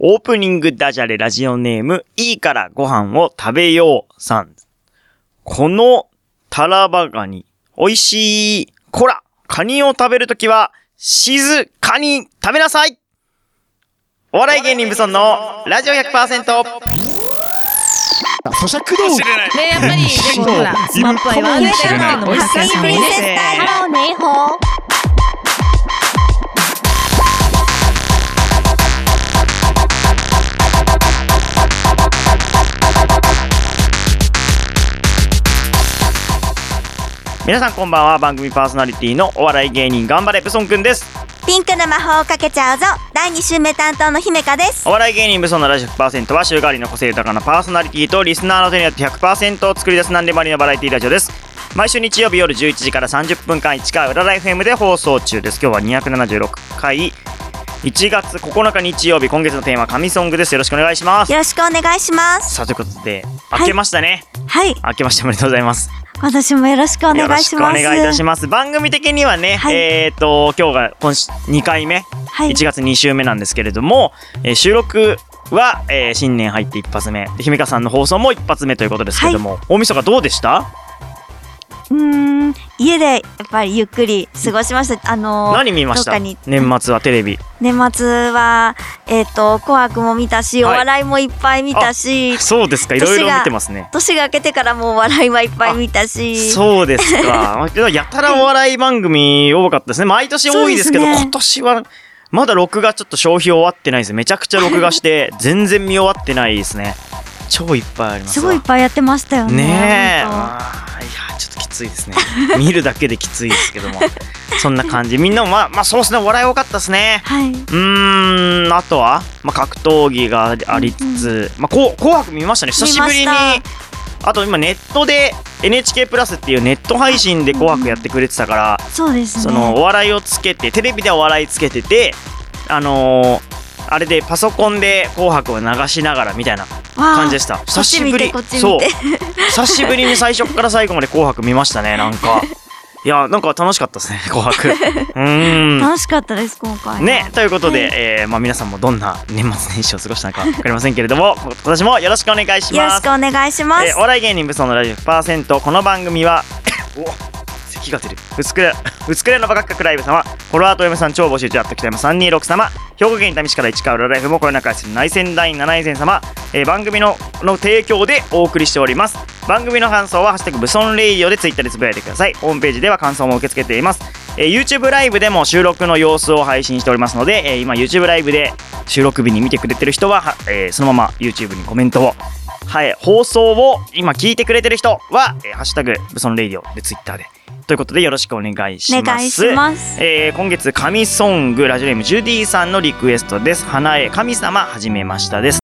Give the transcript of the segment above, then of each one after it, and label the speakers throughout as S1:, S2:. S1: オープニングダジャレラジオネーム、いいからご飯を食べようさん。このタラバガニ、美味しい。こらカニを食べるときは、静かに食べなさいお笑い芸人ブソンのラジオ 100%!
S2: 咀嚼道具
S3: ねやっぱり、でもほら、スマップアイはね、
S4: いるか
S3: のも発散
S5: プリンセス
S3: ね。
S5: タイム。ハローネイホー。
S1: 皆さんこんばんは、番組パーソナリティのお笑い芸人頑張れブソンくんです。
S5: ピンクの魔法をかけちゃうぞ。第2週目担当の姫香です。
S1: お笑い芸人無双のラジオ100%は週替わりの個性豊かなパーソナリティとリスナーの手によって100%を作り出す何でもありのバラエティラジオです毎週日曜日夜11時から30分間1回裏ライフ M で放送中です今日は276回1月9日日曜日今月のテーマは神ソングですよろしくお願いします
S5: よろしくお願いします。
S1: さあということで
S5: い
S1: 明けましたね、
S5: はい。
S1: 明けましておめでとうございます
S5: 私もよろしくお願いしま
S1: よ
S5: す。
S1: ろしくお願いいたします番組的にはね、
S5: はい
S1: えっ、と今日が今週2回目
S5: はい。
S1: 1月2週目なんですけれども、えー収録は、えー新年入って一発目で姫香さんの放送も一発目ということですけれども、大晦日どうでした
S5: うーん。家でやっぱりゆっくり過ごしました。あのー
S1: 何見まし
S5: どったかに
S1: 年末はテレビ
S5: 年末は、えっ、と、紅白も見たし、お
S1: はい
S5: 笑いもいっぱい見たし、
S1: そうですかいろいろ見てますね
S5: 年が明けてからもお笑いはいっぱい見たし、
S1: そうですか けどやたらお笑い番組多かったですね毎年多いですけど
S5: そうですね
S1: 今年はまだ録画ちょっと消費終わってないですめちゃくちゃ録画して全然見終わってないですね超いっぱいあります
S5: す
S1: わ
S5: ごいいっぱいやってましたよね。
S1: ねえ
S5: 本
S1: あーいやちょっときついですね見るだけできついですけど もそんな感じみんなもまあまあそうですねお笑い多かったですね
S5: 当はい。
S1: うーんあとは、まあ、格闘技がありつつ、まあ、こう紅白見ましたね久しぶりに
S5: 見まし
S1: あと今ネットで NHK プラスっていうネット配信で紅白やってくれてたから、
S5: そうですね。
S1: そのお笑いをつけてテレビではお笑いつけててあのーあれでパソコンで紅白を流しながらみたいな感じでした久しぶり
S5: こっち見て
S1: そ
S5: こっ
S1: う
S5: ち見て
S1: 久しぶりに最初から最後まで「紅白」見ました ねなんかいやなんか楽しかったですね「 紅白」うーん
S5: 楽しかったです今回は
S1: ねということで、
S5: はい
S1: えーまあ、皆さんもどんな年末年始を過ごしたのか分かりませんけれども今年もよろしくお願いし
S5: よろ
S1: ま
S5: しく
S1: す
S5: お願いします、
S1: えーお笑い芸人武装のラジオ100%この番組はお咳が出るうつくれうつくれのバカッカクライブ様フォロワーとお嫁さん超募集中あった北山326様兵庫県伊丹市から市川裏ライフもこよなく愛する内戦第7戦様、えー番組のの提供でお送りしております番組の感想は「ハッシュタグ武装レイディオ」でツイッターでつぶやいてくださいホームページでは感想も受け付けていますえー YouTube ライブでも収録の様子を配信しておりますので、えー今 YouTube ライブで収録日に見てくれてる人は、はえーそのまま YouTube にコメントをはい、放送を今聞いてくれてる人は、えーハッシュタグ、ブソンレイディオでツイッターで。ということでよろしくお願いしま
S5: お
S1: す。
S5: 願いします
S1: えー今月、神ソング、ラジオネームジュディさんのリクエストです。花へ神様、はじめましたです。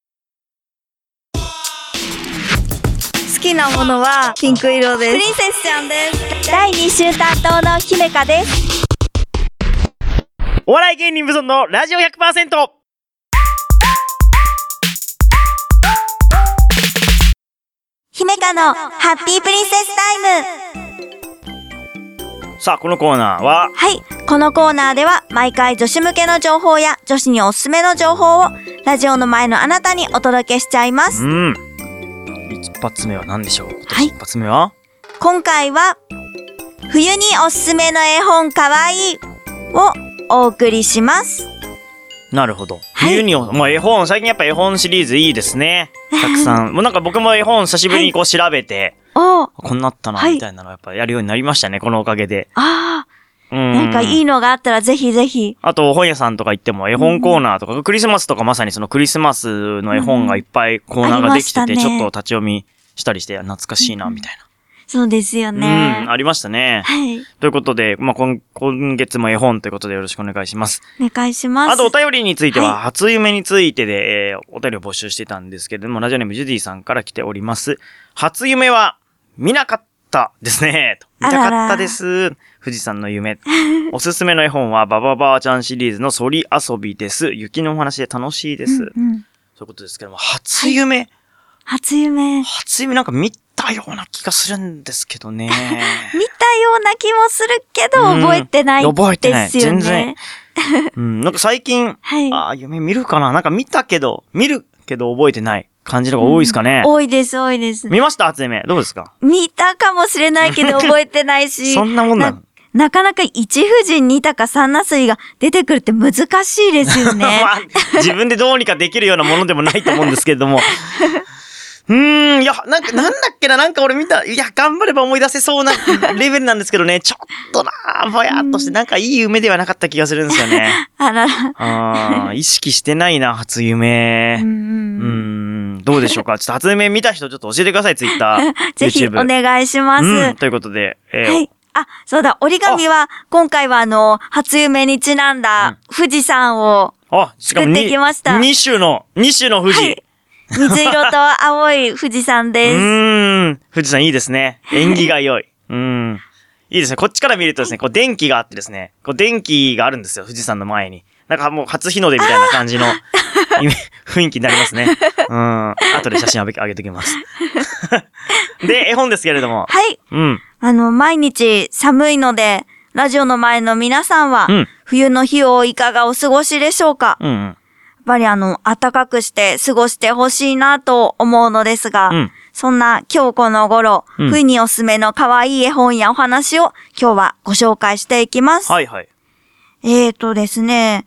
S5: 好きなものはピンク色ですプリンセスちゃんです第二週担当の姫香です
S1: お笑い芸人ブソンのラジオ 100%!
S5: 姫香のハッピープリンセスタイム
S1: さあ、このコーナーは、
S5: はいこのコーナーでは毎回女子向けの情報や女子におすすめの情報をラジオの前のあなたにお届けしちゃいます
S1: うん。一発目は何でしょう今年
S5: はい
S1: 一発目は
S5: 今回は冬におすすめの絵本かわいいをお送りします
S1: なるほど。
S5: はい
S1: 冬にお、もう絵本、最近やっぱ絵本シリーズいいですね。たくさん。もうなんか僕も絵本久しぶりにこう調べて、
S5: おー
S1: こんなったな、
S5: はい
S1: みたいなのをやっぱやるようになりましたね、このおかげで。
S5: あ
S1: うん
S5: ーなんかいいのがあったらぜひぜひ
S1: あと、本屋さんとか行っても絵本コーナーとか、クリスマスとかまさにそのクリスマスの絵本がいっぱいコーナーができて
S5: あ
S1: て、
S5: りまし
S1: ち
S5: た
S1: ょっ
S5: ね
S1: と立ち読みしたりして、懐かしいな、みたい
S5: そうですよ
S1: な。
S5: ね。
S1: うん、ありましたね。
S5: はい。
S1: ということで、まあ、今、今月も絵本ということでよろしくお願いします。
S5: お願いします。
S1: あと、お便りについては、
S5: は
S1: 初夢についてで、えーお便りを募集してたんですけれども、ラジオネームジュディさんから来ております。初夢は、見なかったですね。と見
S5: あ
S1: た
S5: らら
S1: かったです。富士山の夢。 おすすめの絵本は、バババアちゃんシリーズのソリ遊びです。雪のお話で楽しいです。そう
S5: うんうん
S1: いうことですけども、初夢、
S5: 初夢。見
S1: 初夢なんか見たような気がするんですけど ね。
S5: たような気もするけど、
S1: うん
S5: 覚えてないですよね。
S1: 覚えてない全然うん、なんか最近、
S5: はい。
S1: ああ、夢見るかななんか見たけど、見るけど覚えてない感じのが多いですかね。
S5: 多いです、多いです。
S1: 見ました初夢。どうですか
S5: 見たかもしれない けど覚えてないし
S1: そ、んなもん なの
S5: ななかなか一富士二鷹三なすいが出てくるって難しいですよね。
S1: まあ、 自分でどうにかできるようなものでもないと思うんですけれ ども。うーん、いや、なんか、なんだっけな、なんか俺見た、いや、頑張れば思い出せそうな レベルなんですけどね、ちょっとなー、ぼやーっとして、なんかいい夢ではなかった気がするんですよ ね。
S5: あらら。
S1: あー意識してないな、初
S5: う
S1: 夢。うー
S5: ん
S1: ん、どうでしょうかちょっと初夢見た人、ちょっと教えてください、ツイッター。
S5: ぜひお
S1: YouTube
S5: 願いします。
S1: うん、ということで、えー
S5: はい。あ、そうだ、折り紙は、今回はあの、初夢にちなんだ富士山を、
S1: あ、しかも
S5: 作ってきました
S1: 2種の、2種の富士。
S5: はい水色と青い富士山
S1: う
S5: です。
S1: ーん。富士山いいですね。縁起が良い。うん。いいですね。こっちから見るとですね、こう電気があってですね、こう電気があるんですよ、富士山の前に。なんかもう初日の出みたいな感じのイメ雰囲気になりますね。うん。後で写真あげあげてきます。 で、絵本ですけれども。
S5: はい。
S1: うん。
S5: あの、毎日寒いので、ラジオの前の皆さんは、
S1: うん
S5: 冬の日をいかがお過ごしでしょうか、やっ
S1: うんうん。
S5: ぱりあの、暖かくして過ごしてほしいなと思うのですが、
S1: うん
S5: そんな今日この頃、
S1: うん
S5: 冬におすすめの可愛い絵本やお話を今日はご紹介していきます。
S1: はいはい。
S5: えーとですね、やっ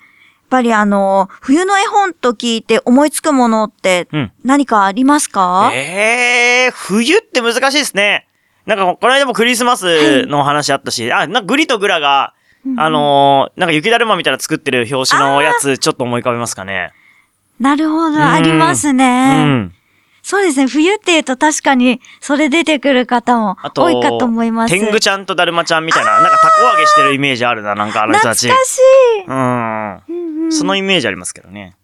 S5: ぱりあの、冬の絵本と聞いて思いつくものって
S1: うん
S5: 何かありますか、
S1: ええー、冬って難しいですね。なんか、この間もクリスマスのお話あったし、あ、なんかグリとグラが、あのーなんか雪だるまみたいな作ってる表紙のやつ、ちょっと思い浮かべますかね。
S5: なるほ
S1: ん
S5: ど、あります
S1: う
S5: ね。
S1: ん。
S5: そうですね。冬っていうと確かに、それ出てくる方も
S1: あと、
S5: 多いかと思います。
S1: 天狗ちゃんとだるまちゃんみたいな、なんかタコ揚げしてるイメージあるな、なんかあの人
S5: 懐
S1: た
S5: か
S1: ち。
S5: し
S1: う
S5: い、
S1: ん。
S5: うんうん
S1: そのイメージありますけどね。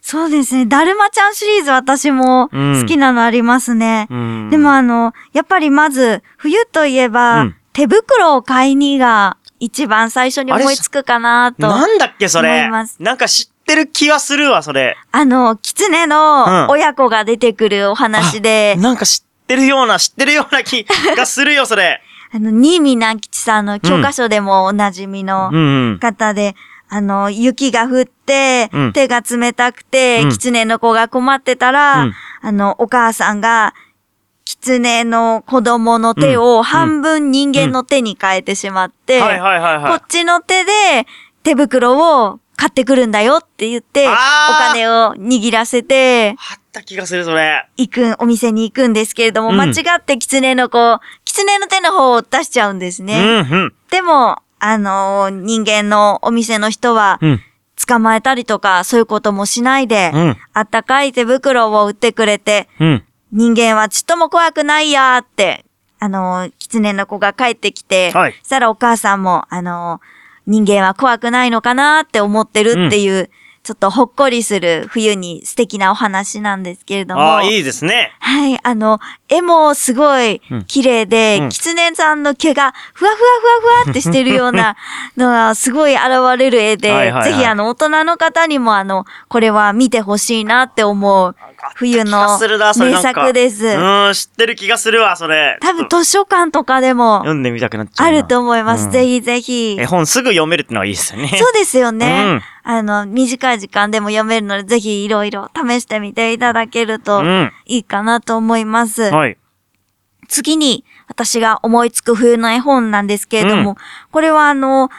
S5: そうですね。だるまちゃんシリーズ私も
S1: うん
S5: 好きなのありますね。
S1: うん。
S5: でも、あの、やっぱりまず、冬といえば、
S1: うん
S5: 手袋を買いにが一番最初に思いつくかなと。あ
S1: なんだっけ、そ
S5: 思
S1: れ。
S5: います
S1: なんか知ってる気はするわ、それ。
S5: の、狐
S1: うん
S5: の親子が出てくるお話で、
S1: なんか知ってるような、知ってるような気がするよ、そ れ。
S5: あの、新見南吉さんの教科書でもおなじみの、
S1: うんうん。
S5: 方で、あの、雪が降って、
S1: うん
S5: 手が冷たくて、
S1: うん
S5: 狐の子が困ってたら、
S1: うん
S5: あの、お母さんが、狐の子供の手を半分人間の手に変えてしまって、
S1: はいはいはいはい。
S5: こっちの手で手袋を買ってくるんだよって言って、お
S1: あー
S5: 金を握らせて、
S1: あった気がする、それ。
S5: 行く、お店に行くんですけれども、
S1: うん
S5: 間違って狐の子、狐の手の方を出しちゃうんですね。
S1: うん、
S5: でも、あの人間のお店の人は
S1: う、ん。
S5: 捕まえたりとか、そういうこともしないで、
S1: うん
S5: あったかい手袋を売ってくれて、
S1: うん。
S5: 人間はちっとも怖くないやーって、あのー、狐の子が帰ってきて、
S1: はい
S5: そしたらお母さんも、あのー、人間は怖くないのかなーって思ってるっていう、ちょっとほっこりする冬に素敵なお話なんですけれども。
S1: ああ、いいですね。
S5: はい、あの、絵もすごい
S1: うん
S5: 綺麗で、
S1: うん
S5: 狐さんの毛がふわふわふわふわってしてるよう なのがすごい現れる絵で、
S1: はいはいはい
S5: ぜひあの、大人の方にもあの、これは見てほしいなって思う冬
S1: 気が
S5: の
S1: するな、それ
S5: 名
S1: なんか。
S5: 作です。
S1: うん、知ってる気がするわ、それ。
S5: 多分図書館とかでも
S1: 読んでみたくなっちゃう
S5: あ
S1: な。
S5: ると思います。
S1: うん
S5: ぜひぜひ
S1: 絵。本すぐ読めるってのはいいですよね。
S5: そうですよね。あの、短い時間でも読めるので、ぜひいろいろ試してみていただけると
S1: うん
S5: いいかなと思います。
S1: はい。
S5: 次に私が思いつく冬の絵本なんですけれども、
S1: うん
S5: これはあの、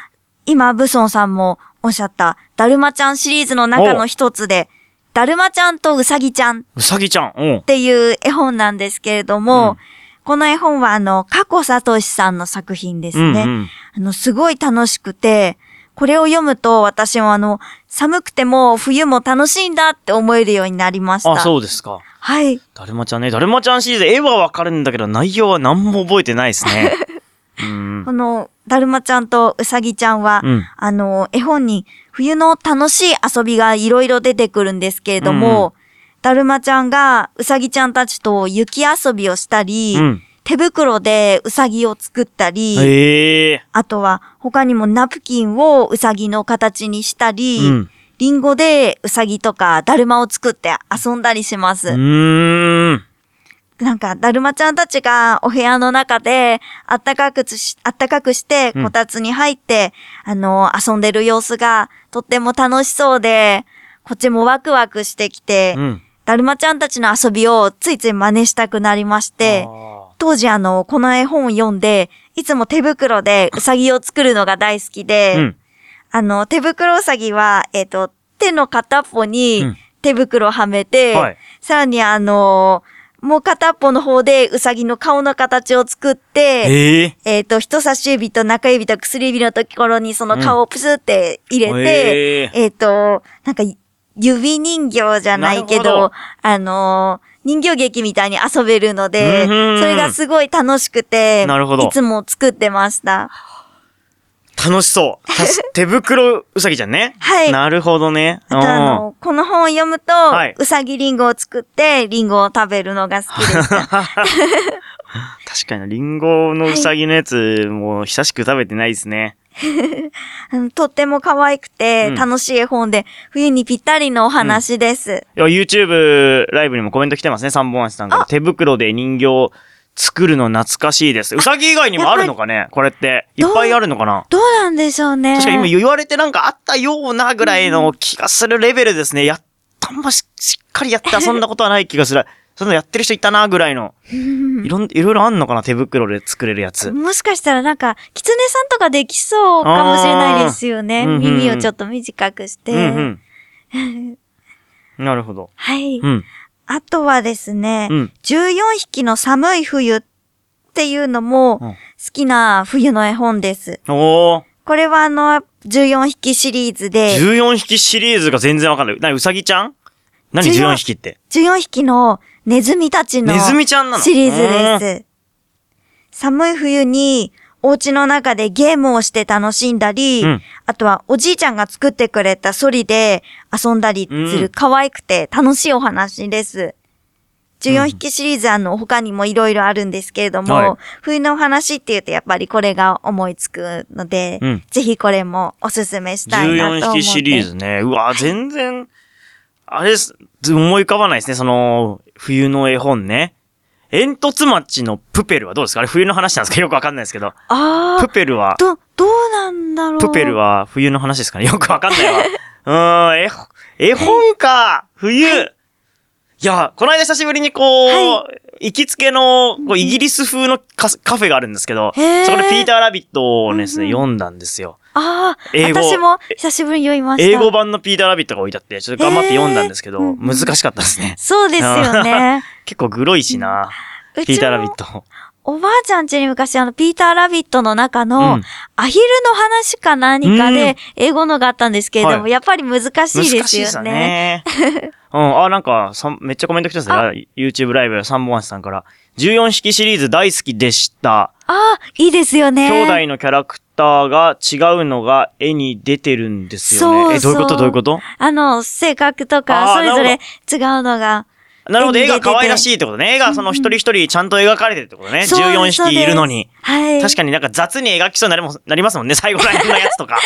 S5: 今、ブソンさんもおっしゃった、だるまちゃんシリーズの中の一つで、だるまちゃんとうさぎちゃんっ
S1: うさぎちゃん。うん。
S5: ていう絵本なんですけれども、
S1: うん
S5: この絵本はあの、加古聡さんの作品です
S1: う
S5: ね。
S1: んうん。
S5: あの、すごい楽しくて、これを読むと私もあの、寒くても冬も楽しいんだって思えるようになりました。
S1: あ、そうですか。
S5: はい。
S1: だるまちゃんね。だるまちゃんシリーズ、絵はわかるんだけど、内容は何も覚えてないです ね。うん。
S5: この、だるまちゃんとうさぎちゃんは、
S1: うん
S5: あの、絵本に冬の楽しい遊びがいろいろ出てくるんですけれども、だるまちゃんがうさぎちゃんたちと雪遊びをしたり、
S1: うん
S5: 手袋でうさぎを作ったり、
S1: へえ。
S5: あとは他にもナプキンをうさぎの形にしたり、
S1: うん
S5: リンゴでうさぎとかだるまを作って遊んだりします。
S1: うーん。
S5: なんか、だるまちゃんたちがお部屋の中で、あったかくし、あったかくして、
S1: うん
S5: こたつに入って、あの、遊んでる様子が、とっても楽しそうで、こっちもワクワクしてきて、
S1: うん。
S5: だるまちゃんたちの遊びをついつい真似したくなりまして、
S1: あ
S5: 当時あの、この絵本を読んで、いつも手袋でうさぎを作るのが大好きで、
S1: ー、うん。
S5: あの、手袋うさぎは、えっ、と、手の片っぽ
S1: う
S5: に
S1: ん
S5: 手袋をはめて、
S1: はい
S5: さらにあのもう片っぽの方でうさぎの顔の形を作って、
S1: ええ
S5: えっ、と、人差し指と中指と薬指のところにその顔をプスって入れて、
S1: ええ
S5: えっ、と、なんか、指人形じゃないけど、
S1: なるほど
S5: あのー人形劇みたいに遊べるので、
S1: うんうんうん
S5: それがすごい楽しくて、
S1: なるほど
S5: いつも作ってました。
S1: 楽しそう。た し手袋うさぎじゃんね。
S5: はい
S1: なるほどね。
S5: あとあの、この本を読むと、
S1: はいう
S5: さぎりんごを作って、りんごを食べるのが好 きでした。
S1: 確かに、リンゴのうさぎのやつ、もう久しく食べてないですね。
S5: うんとっても可愛くて、
S1: うん
S5: 楽しい本で、冬にぴったりのお話です。
S1: いや YouTube ライブにもコメント来てますね、三本足さんから。手袋で人形作るの懐かしいです。うさぎ以外にもあるのかねこれって。いっ
S5: どう
S1: ぱいあるのかな
S5: どうなんでしょうね。
S1: 確かに今言われてなんかあったようなぐらいの気がするレベルですね。やったんまししっかりやって遊んだことはない気がする。そんなのやってる人いたなぐらいの。いろん、いろいろあんのかな手袋で作れるやつ。
S5: もしかしたらなんか、キツネさんとかできそうかもしれないですよね。
S1: あーうんうんうん
S5: 耳をちょっと短くして。
S1: うん うん。なるほど。
S5: はい、
S1: うん。
S5: あとはですね、
S1: うん
S5: 14匹の寒い冬っていうのも
S1: うん
S5: 好きな冬の絵本です。
S1: おー。
S5: これはあの、14匹シリーズで、
S1: 14匹シリーズが全然わかんない。なに、うさぎちゃん何
S5: 14
S1: 14匹って。
S5: 14匹のネズミたちの
S1: ネズミちゃんなの
S5: シリーズです。寒い冬に、お家の中でゲームをして楽しんだり、
S1: うん
S5: あとはおじいちゃんが作ってくれたソリで遊んだりす
S1: うん
S5: る可愛くて楽しいお話です。14匹シリーズあの他にもいろいろあるんですけれども、
S1: はい
S5: 冬のお話っていうとやっぱりこれが思いつくので、
S1: うん
S5: ぜひこれもおすすめしたいなと思って。
S1: 14匹シリーズね。うわ、全然、あれです、ず思い浮かばないですね。その、冬の絵本ね。煙突町のプペルはどうですかあれ冬の話なんですかよくわかんないですけど。
S5: あ
S1: プ
S5: あ、
S1: ペルは、
S5: ど、どうなんだろう。
S1: プペルは冬の話ですかねよくわかんない わ。うーん、絵本、絵本か冬いや、この間久しぶりにこう、
S5: は
S1: 行きつけの、こうイギリス風のカスカフェがあるんですけど、そ
S5: へー
S1: こでピーターラビットをですね、
S5: うんうん
S1: 読んだんですよ。
S5: ああ、
S1: 英語
S5: 私も久しぶりに読みました。
S1: 英語版のピーターラビットが置いてあって、ちょっと頑張って読んだんですけど、
S5: えーうんうん
S1: 難しかったですね。
S5: そうですよね。
S1: 結構グロいしな、
S5: う
S1: ピー
S5: ち
S1: ターラビ
S5: の
S1: ット。
S5: おばあちゃん家に昔あの、ピーターラビットの中
S1: う
S5: の
S1: ん、
S5: アヒルの話か何か
S1: うん
S5: で、英語のがあったんですけれど
S1: は
S5: も、
S1: い
S5: やっぱり難しいで
S1: 難
S5: す
S1: しいで
S5: よ
S1: すね。
S5: ね。
S1: うん、あ、なんか、さんめっちゃコメント来てますね。あ YouTube ライブ三本足さんから。14匹シリーズ大好きでした。
S5: ああ、いいですよね。
S1: 兄弟のキャラクターが違うのが絵に出てるんですよね。
S5: そうそう
S1: え、どういうことどういうこと
S5: あの、性格と
S1: あー
S5: か、それぞ
S1: な
S5: れ
S1: る
S5: 違うのが。
S1: なるほど、
S5: 絵
S1: 絵
S5: に
S1: が
S5: 出てて
S1: 可愛らしいってことね。絵がその一人一人ちゃんと描かれてるってことね。
S5: そうです
S1: 14匹いるのに。。
S5: そうですはい。
S1: 確かになんか雑に描きそうになりも なりますもんね。最後ら辺のやつと か。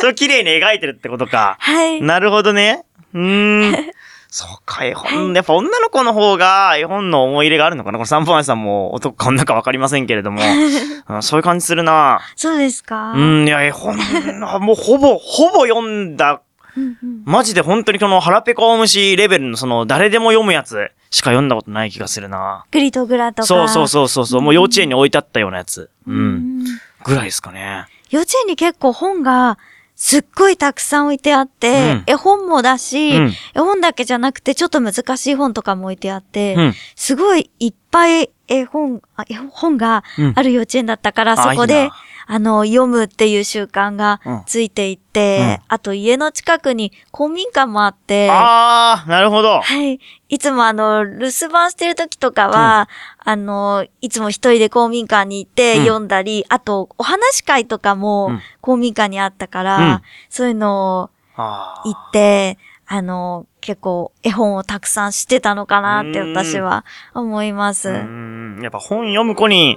S1: それを綺麗に描いてるってことか。
S5: はい。
S1: なるほどね。うーん。そうか、絵本。やっぱ女の子の方が絵本の思い入れがあるのかなこの三本足さんも男か女かわかりませんけれども。 うんそういう感じするな
S5: そうですか。
S1: うん、いや、絵本はもうほぼ、ほぼ読んだ。
S5: うんうん
S1: マジで本当にこの腹ペコオムシレベルのその誰でも読むやつしか読んだことない気がするな
S5: グリとグラとか。
S1: そうそうそうそうそう。もう幼稚園に置いてあったようなやつ。う。
S5: うんん。
S1: ぐらいですかね。
S5: 幼稚園に結構本がすっごいたくさん置いてあって、
S1: うん
S5: 絵本もだし、
S1: うん
S5: 絵本だけじゃなくてちょっと難しい本とかも置いてあって、
S1: うん。
S5: すごいいっぱい絵本、あ絵本が
S1: うん
S5: ある幼稚園だったから、
S1: あ
S5: そこ
S1: いい
S5: で
S1: な
S5: あの、読むっていう習慣
S1: うん
S5: がついていって、
S1: うん
S5: あと家の近くに公民館もあって、
S1: あー、なるほど。
S5: はい。いつもあの、留守番してる時とかは、あの、いつも一人で公民館に行って
S1: うん
S5: 読んだり、あと、お話し会とか
S1: う
S5: も
S1: ん
S5: 公民館にあったから、
S1: うん
S5: そういうのを
S1: あー
S5: 行って、あの、結構絵本をたくさんしてたのかなって私は思います。
S1: うーん、やっぱ本読む子に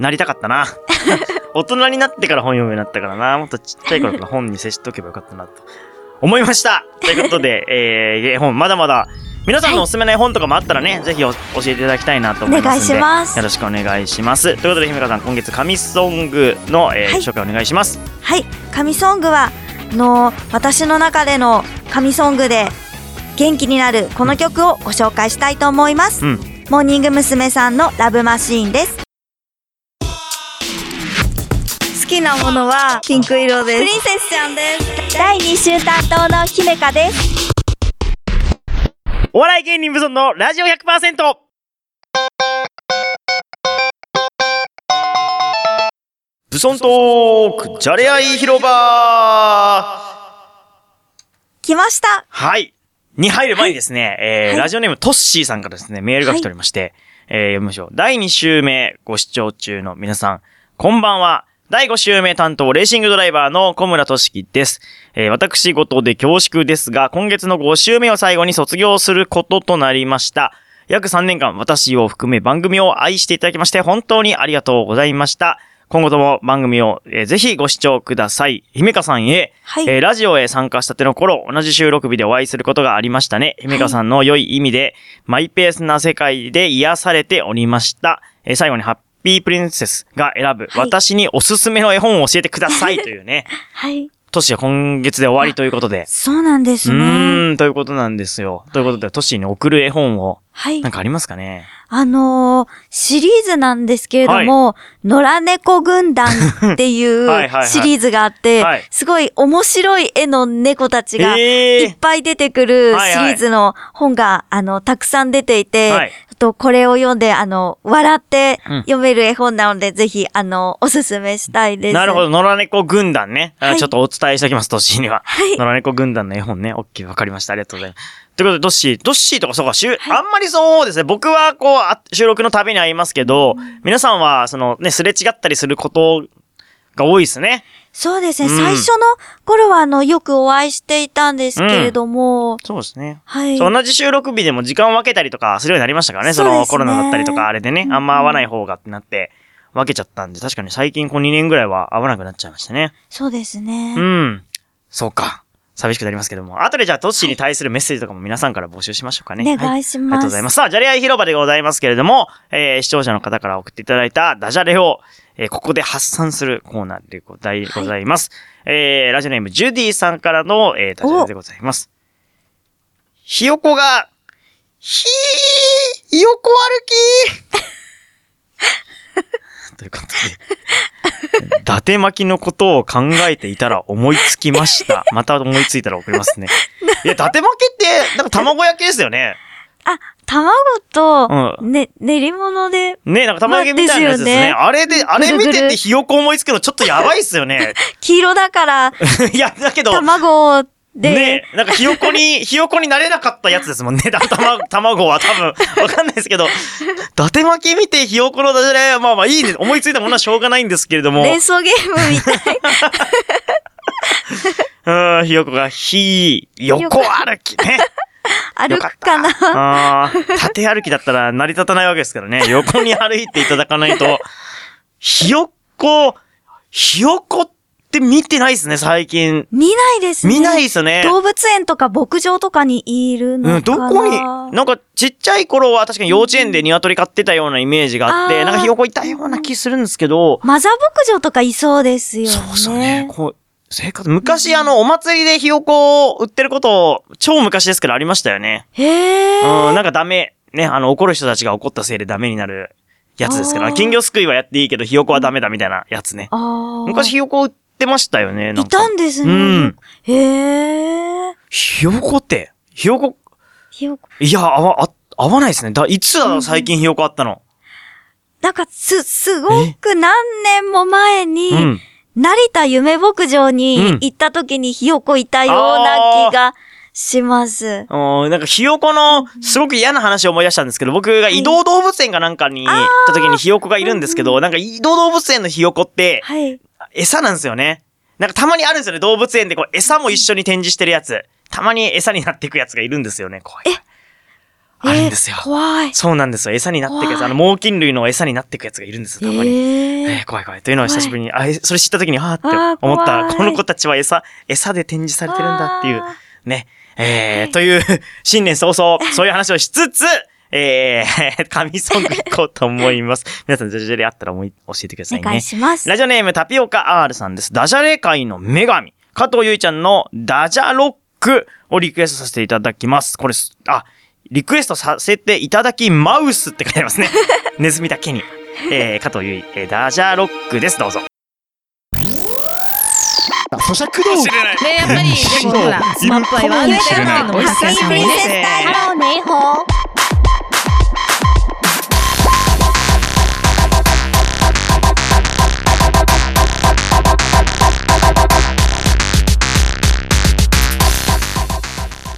S1: なりたかった な。大人になってから本読むようになったからな。もっとちっちゃい頃から 本に接しとけばよかったなと思いました。ということで、えー、絵本まだまだ皆さんのおすすめの絵本とかもあったらね、ぜひお教えていただきたいなと思いますので
S5: お願いします
S1: よろしくお願いしますということで姫香さん今月神ソングの、えー
S5: はい
S1: 紹介お願いします
S5: はい、神ソングは、あのー私の中での神ソングで元気になるこの曲をご紹介したいと思います。
S1: うん
S5: モーニング娘。さんのラブマシーンです。好きなものはピンク色です。プリンセスちゃんです。第2週担当の姫香です。
S1: お笑い芸人無存のラジオ100%武尊トークじゃれ合い広場
S5: 来ました。
S1: はい。に入る前にですね、えー
S5: はい
S1: ラジオネームトッシーさんからですね、メールが来ておりまして、えー読みましょう。第2週目ご視聴中の皆さん、こんばんは。第5週目担当、レーシングドライバーの小村俊樹です。えー私事で恐縮ですが、今月の5週目を最後に卒業することとなりました。約3年間、私を含め番組を愛していただきまして、本当にありがとうございました。今後とも番組を、えーぜひご視聴ください。姫香さんへ、
S5: はい
S1: えーラジオへ参加したての頃、同じ収録日でお会いすることがありましたね。姫香さんの良い意味で、マイペースな世界で癒されておりました。えー最後にハッピープリンセスが選ぶ、
S5: はい
S1: 私におすすめの絵本を教えてくだ さいというね。
S5: はい。
S1: トシは今月で終わりということで。
S5: そうなんです
S1: う
S5: ね。
S1: ーん、ということなんですよ。ということで、トシに送る絵本を、
S5: はい
S1: なん。かありますかね
S5: あのーシリーズなんですけれども、野良猫軍団って い
S1: はいはいは
S5: う
S1: い
S5: シリーズがあって、
S1: はい
S5: すごい面白い絵の猫たちがい
S1: え
S5: っぱい出てくる
S1: はい
S5: シリ
S1: はい
S5: ーズの本が、あの、たくさん出ていて、
S1: はい
S5: ちょっとこれを読んで、あの、笑って
S1: うん
S5: 読める絵本なので、ぜひ、あの、おすすめしたいです。
S1: なるほど、。野良猫軍団ね。あ
S5: はい
S1: ちょっとお伝えしておきます、トッシーには。
S5: はい
S1: 野良猫軍団の絵本ね。オッケー、わかりました。ありがとうございます。ということで、ドッシー、ドッシーとか、そうか、しゅあんまりそうですね。僕は、こうあ、収録のたびに会いますけど、皆さんは、その、ね、すれ違ったりすることが多いですね。
S5: そうですね。
S1: うん
S5: 最初の頃は、あの、よくお会いしていたんですけれども、
S1: そうですね。
S5: はい。
S1: そう同じ収録日でも時間を分けたりとかするようになりましたからね。そ
S5: そうです
S1: の
S5: ね
S1: コロナだったりとか、あれでね、あんま会わない方がってなって、分けちゃったんで、確かに最近こう2年ぐらいは会わなくなっちゃいましたね。
S5: そうですね。
S1: うん。そうか。寂しくなりますけども。あとでじゃあ、トッシーに対するメッセージとかも皆さんから募集しましょうかね。
S5: お願いし
S1: はあり
S5: ます
S1: がとうございます。さあ、じゃれ合い広場でございますけれども、えー視聴者の方から送っていただいたダジャレを、えーここで発散するコーナーでございございます。えーラジオネーム、ジュディさんからの、えーダジャレでございます。ひよこが、ひー、ひよこ歩きー ということで。伊達巻きのことを考えていたら思いつきました。また思いついたら送りますね。いや、伊達巻きって、なんか卵焼きですよね。
S5: あ、卵と、
S1: う
S5: ね、練り物で
S1: ねなんか卵焼きみたいなやつですね。
S5: ま
S1: あれで、あれ見
S5: ぐ
S1: て
S5: るぐ
S1: て
S5: る
S1: ひよこ思いつくのちょっとやばいっすよね。
S5: 黄色だから、
S1: いや、だけど、
S5: 卵で、
S1: ねなんかひよこに、ひよこになれなかったやつですもんね。だ卵卵は多分、わかんないですけど、伊達巻き見てひよこのダジャレ、まあまあいいね。思いついたものはしょうがないんですけれども。
S5: 連想ゲームみたい。
S1: うん、ひよこが、ひー、横歩きね。
S5: 歩くかな
S1: よったあー縦歩きだったら成り立たないわけですからね。横に歩いていただかないと。ひよっこ、ひよこって見てないですね、最近。
S5: 見ないですね。
S1: 見ないですね。
S5: 動物園とか牧場とかにいる
S1: う
S5: の
S1: ん、
S5: か
S1: ど
S5: な、
S1: こに、なんかちっちゃい頃は確かに幼稚園で鶏飼ってたようなイメージがあって、
S5: うんあー
S1: なんかひよこいたような気するんですけど、
S5: マザー牧場とかいそうですよね。
S1: そうそうね。こう生活、昔あの、お祭りでひよこを売ってること、超昔ですけどありましたよね。
S5: へー。
S1: うん、なんかダメ。ね、あの、怒る人たちが怒ったせいでダメになるやつですか
S5: あ
S1: ら。
S5: ー
S1: 金魚すくいはやっていいけど、ひよこはダメだみたいなやつね。
S5: あー
S1: 昔ひよこ売ってましたよね。なん
S5: い
S1: か
S5: たんですね。
S1: うん
S5: へー。
S1: ひよこって、ひよこ、
S5: ひよこ
S1: いや、合わ、あ合わないですね。だ、いつだろう最近ひよこあったの。
S5: なんか、す、すごく何年も前に、
S1: うん。
S5: 成田夢牧場
S1: うん
S5: に行った時にひよこいたような気がします。
S1: うんなんか、ひよこの、すごく嫌な話を思い出したんですけど、僕が移動動物園かなんかに行った時にひよこがいるんですけど、なんか移動動物園のひよこって、
S5: はい。
S1: 餌なんですよね。なんかたまにあるんですよね、動物園でこう餌も一緒に展示してるやつ。たまに餌になっていくやつがいるんですよね、怖い。あるんですよ
S5: えー。怖い。
S1: そうなんですよ。餌になっていくやつ。あの、猛禽類の餌になっていくやつがいるんですよ、たまに。
S5: え
S1: え
S5: ー
S1: ー、怖い怖い。というのは久しぶりに、あ、えそれ知った時に、あー
S5: あ
S1: っ
S5: ー
S1: て思った
S5: 怖
S1: ら、
S5: い
S1: この子たちは餌、餌で展示されてるんだっていう
S5: あ、
S1: ね。えー、という、新年早々、そういう話をしつつ、えー、神ソング行こうと思います。皆さん、ダジャレあったら思い教えてくださ
S5: お
S1: い
S5: 願い
S1: ね。
S5: します。
S1: ラジオネームタピオカ R さんです。ダジャレ界の女神、加藤ゆいちゃんのダジャロックをリクエストさせていただきます。これす、あ、リクエストさせていただきマウスって書いてありま すね。ネズミだけに。えー、加藤ゆい、えーダジャロックです。どうぞ。
S2: 咀嚼道
S4: 知らない。
S3: ね、やっぱり、でもほら、スマップアイはね、
S5: 知らない
S3: のも発散さんもね。
S5: ハローネイホー。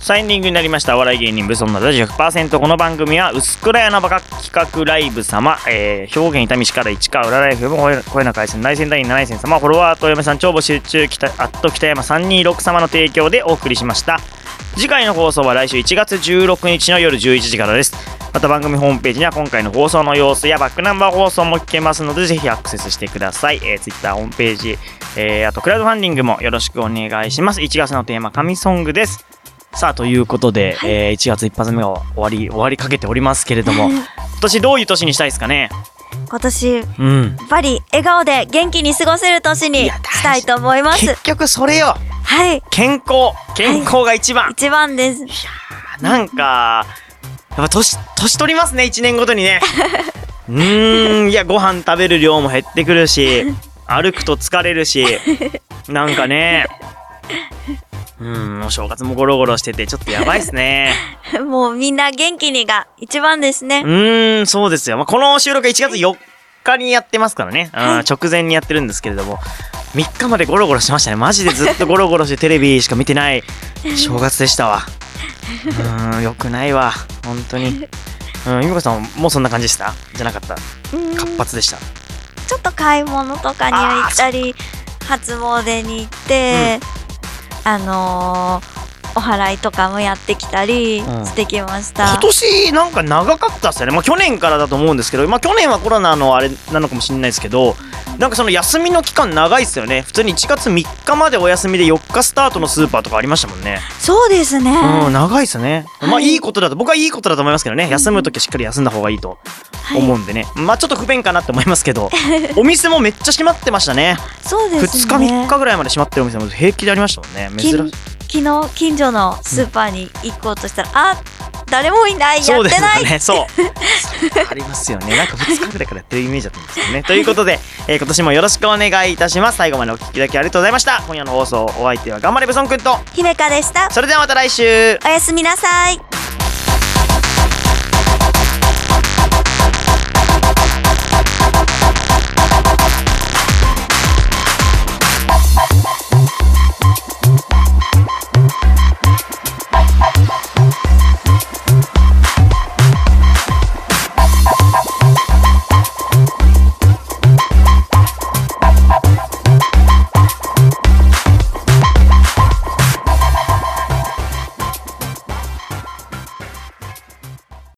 S1: さあエンディングになりました。お笑い芸人、ブソンのラジオ100%。この番組は、薄倉屋のバカ企画ライブ様、えー、兵庫県伊丹市から市川浦ライフも声声の回線、内戦第7戦様、フォロワーとお嫁さん、超募集中、北あっと北山326様の提供でお送りしました。次回の放送は来週1月16日の夜11時からです。また番組ホームページには今回の放送の様子やバックナンバー放送も聞けますので、ぜひアクセスしてください。えー、Twitter ホームページ、えー、あとクラウドファンディングもよろしくお願いします。1月のテーマ、神ソングです。さあ、ということで、えー1月一発目が終わり、終わりかけておりますけれども、今年どういう年にしたいですかね
S5: 今年、やっ
S1: うん。
S5: ぱり笑顔で元気に過ごせる年にしたいと思います。
S1: 結局それよ
S5: はい。
S1: 健康健康が一番、
S5: 一番です。
S1: なんか、やっぱ年、年取りますね、1年ごとにね。うーん、いや、ご飯食べる量も減ってくるし、歩くと疲れるし、なんかね、うん、お正月もゴロゴロしてて、ちょっとやばいっすね。
S5: もうみんな元気にが一番ですね
S1: う。ーん、そうですよ。まあ、この収録は1月4日にやってますからね。あー直前にやってるんですけれども。3日までゴロゴロしてましたね。マジでずっとゴロゴロしてテレビしか見て ない正月でしたわ。うーん、よくないわ。本当に。うん、ゆみこさんもうそんな感じでしたじゃなかった。
S5: うん
S1: 活発でした。
S5: ちょっと買い物とかに行ったり、初詣に行って、あのー、お祓いとかもやってきたり
S1: うん
S5: してきました。
S1: 今年なんか長かったっすよね。まあ去年からだと思うんですけど、まあ去年はコロナのあれなのかもしれないですけど、なんかその休みの期間長いっすよね。普通に1月3日までお休みで4日スタートのスーパーとかありましたもんね。
S5: そうですね。
S1: うん、長いですね。まあ、
S5: はい
S1: いいことだと、僕はいいことだと思いますけどね、休むときはしっかり休んだ方がいいと思うんでね。まあ、ちょっと不便かなって思いますけ ど、お店もめっちゃ閉まってましたね。
S5: そう
S1: 2
S5: で
S1: 日
S5: すね。
S1: 3日ぐらいまで閉まってるお店も平気でありましたもんね。珍しい。
S5: き昨日近所のスーパーに行こうとしたら、あ誰もいないや
S1: そう
S5: っ
S1: です
S5: てない、
S1: よね。そう。 そうありますよね。なんか2日ぐらいからやってるイメージだったんですよね。ということで、えー今年もよろしくお願いいたします。最後までお聞きいただきありがとうございました。今夜の放送、お相手は頑張れブソンくんと、
S5: 姫香でした。
S1: それではまた来週
S5: おやすみなさい。